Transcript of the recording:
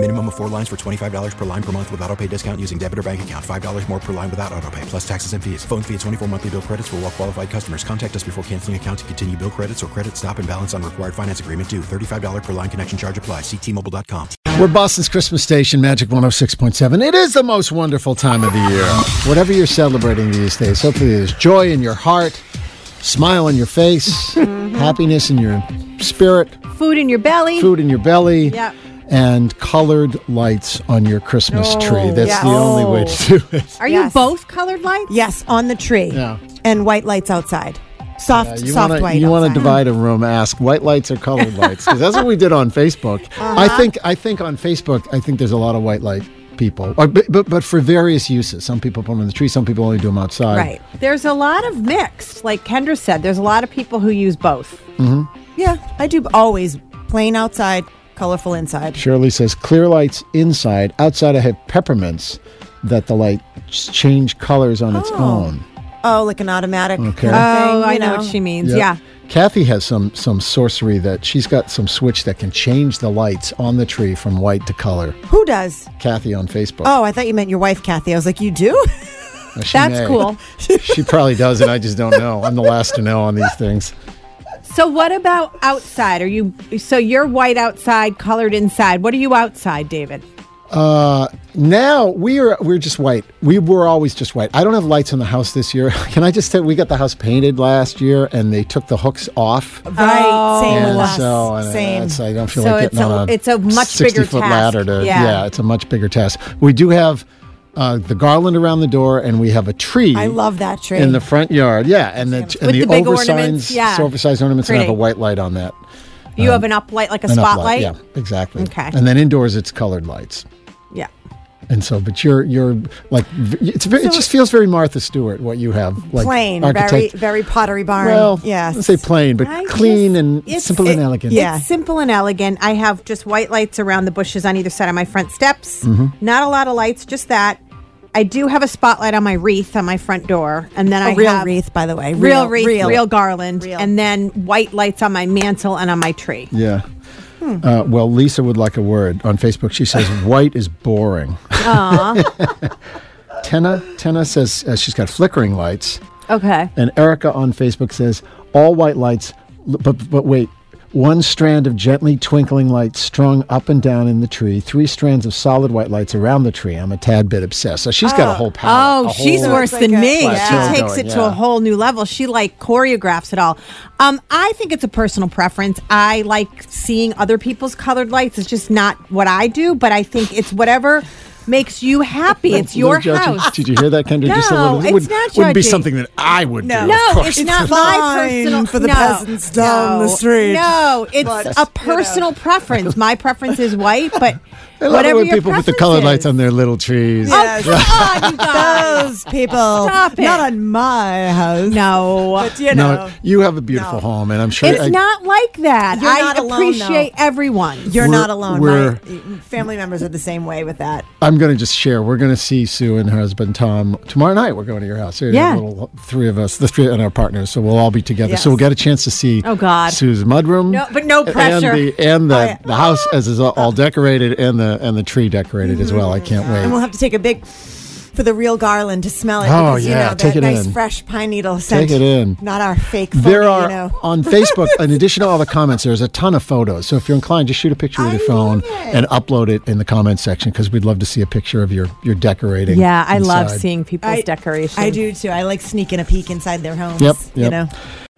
Minimum of four lines for $25 per line per month with auto pay discount using debit or bank account. $5 more per line without auto pay, plus taxes and fees. Phone fee at 24 monthly bill credits for all well qualified customers. Contact us before canceling account to continue bill credits or credit stop and balance on required finance agreement due. $35 per line connection charge apply. Ctmobile.com. We're Boston's Christmas station, Magic 106.7. It is the most wonderful time of the year. Whatever you're celebrating these days, hopefully there's joy in your heart, smile on your face, happiness in your spirit, Food in your belly. food in your belly. Yep. And colored lights on your Christmas tree. No. That's Yes. the only way to do it. Are Yes. you both colored lights? Yes, on the Oh. tree. Yeah. And white lights outside. Soft, You soft wanna- white. You want to outside. divide a room. Ask white lights or colored lights because that's what we did on Facebook. Uh-huh. I think I think on Facebook I think there's a lot of white light people, or, but, but but for various uses. Some people put them in the tree. Some people only do them outside. Right. There's a lot of mix. Like Kendra said, there's a lot of people who use both. Mm-hmm. Yeah, I do always plain outside, colorful inside. Shirley says clear lights inside. Outside I have peppermints that the light s- change colors on its Oh. own. Oh, like an automatic. Okay. kind of Oh, thing, I you know what she means. Yeah. Kathy has some some sorcery that she's got some switch that can change the lights on the tree from white to color. Who does? Kathy on Facebook. Oh, I thought you meant your wife, Kathy. I was like, you do? Now, she That's may. cool. She probably does, and I just don't know. I'm the last to know on these things. So what about outside? Are you so you're white outside, colored inside? What are you outside, David? Now we are we're just white. We were always just white. I don't have lights in the house this year. Can I just say we got the house painted last year, and they took the hooks off. Right. Same And with us. so and Same. It's, I don't feel Oh, So like it's getting on a- a, it's a much bigger 60 foot task. ladder to Yeah. it's a much bigger task. We do have uh, the garland around the door, and we have a tree. I love that tree. in the front yard. Yeah, and the and With the, the big oversized ornaments, yeah. oversized ornaments, and I have Pretty. a white light on that. You have an up light, like a An spotlight. uplight, Yeah, exactly. Okay. And then indoors, it's colored lights. yeah. And so, but you're you're like v- it's ve- it just feels very Martha Stewart what you have like plain, architect- very very pottery barn. well yes. let's say plain but I clean just- and it's- simple and it- elegant yeah. It's simple and elegant. I have just white lights around the bushes on either side of my front steps. Mm-hmm. Not a lot of lights, just that. I do have a spotlight on my wreath on my front door, and then A I real have wreath, by the way. real, Real- wreath, real. real, garland, Real. and then white lights on my mantle and on my tree. yeah. Uh, well, Lisa would like a word on Facebook. She says white is boring. Tenna Tenna says uh, she's got flickering lights. Okay. And Erica on Facebook says, all white lights, but, but wait, one strand of gently twinkling lights strung up and down in the tree, three strands of solid white lights around the tree. I'm a tad bit obsessed. So she's got a whole palette. Oh, a she's whole- worse Like than a me. plateau She takes going, it to yeah. a whole new level. She like choreographs it all. Um, I think it's a personal preference. I like seeing other people's colored lights. It's just not what I do, but I think it's whatever makes you happy. It's No your judgment. house. Did you hear that, Kendra? Just a No, little. it's wouldn't, not wouldn't be judgy. something that I would do. No, of course. it's not my fine personal for the no, peasants down no, the street. No, it's a personal preference. My preference is white, but I love whatever it when your people put the preference colored lights is. on their little trees. Oh, come on, you guys. Those people. Stop it. Not on my house. Oh, No, But you know. No, you have a beautiful No. home, and I'm sure it's I- not like that. You're I not alone, appreciate everyone. You're We're- not alone. we're- My family members are the same way with that. I'm going to just share. We're going to see Sue and her husband Tom tomorrow night. We're going to your house. There's a Yeah. little three of us, the three and our partners. So we'll all be together. So Yes. we'll get a chance to see. Oh, God. Sue's mudroom. No- but no pressure. And the and the, Oh, yeah. the house as is all, all decorated and the and the tree decorated as well. I can't And wait. we'll have to take Mm-hmm. a big for the real garland to smell it. Oh, because, yeah, You know, take that it nice in. fresh pine needle scent. it in. Not our fake. Phony, There are You know. on Facebook. in addition to all the comments, there's a ton of photos. So if you're inclined, just shoot a picture with I your phone love it. and upload it in the comments section because we'd love to see a picture of your your decorating. Yeah, I love inside. seeing people's decorations. I do too. I like sneaking a peek inside their homes. Yep, You yep. know.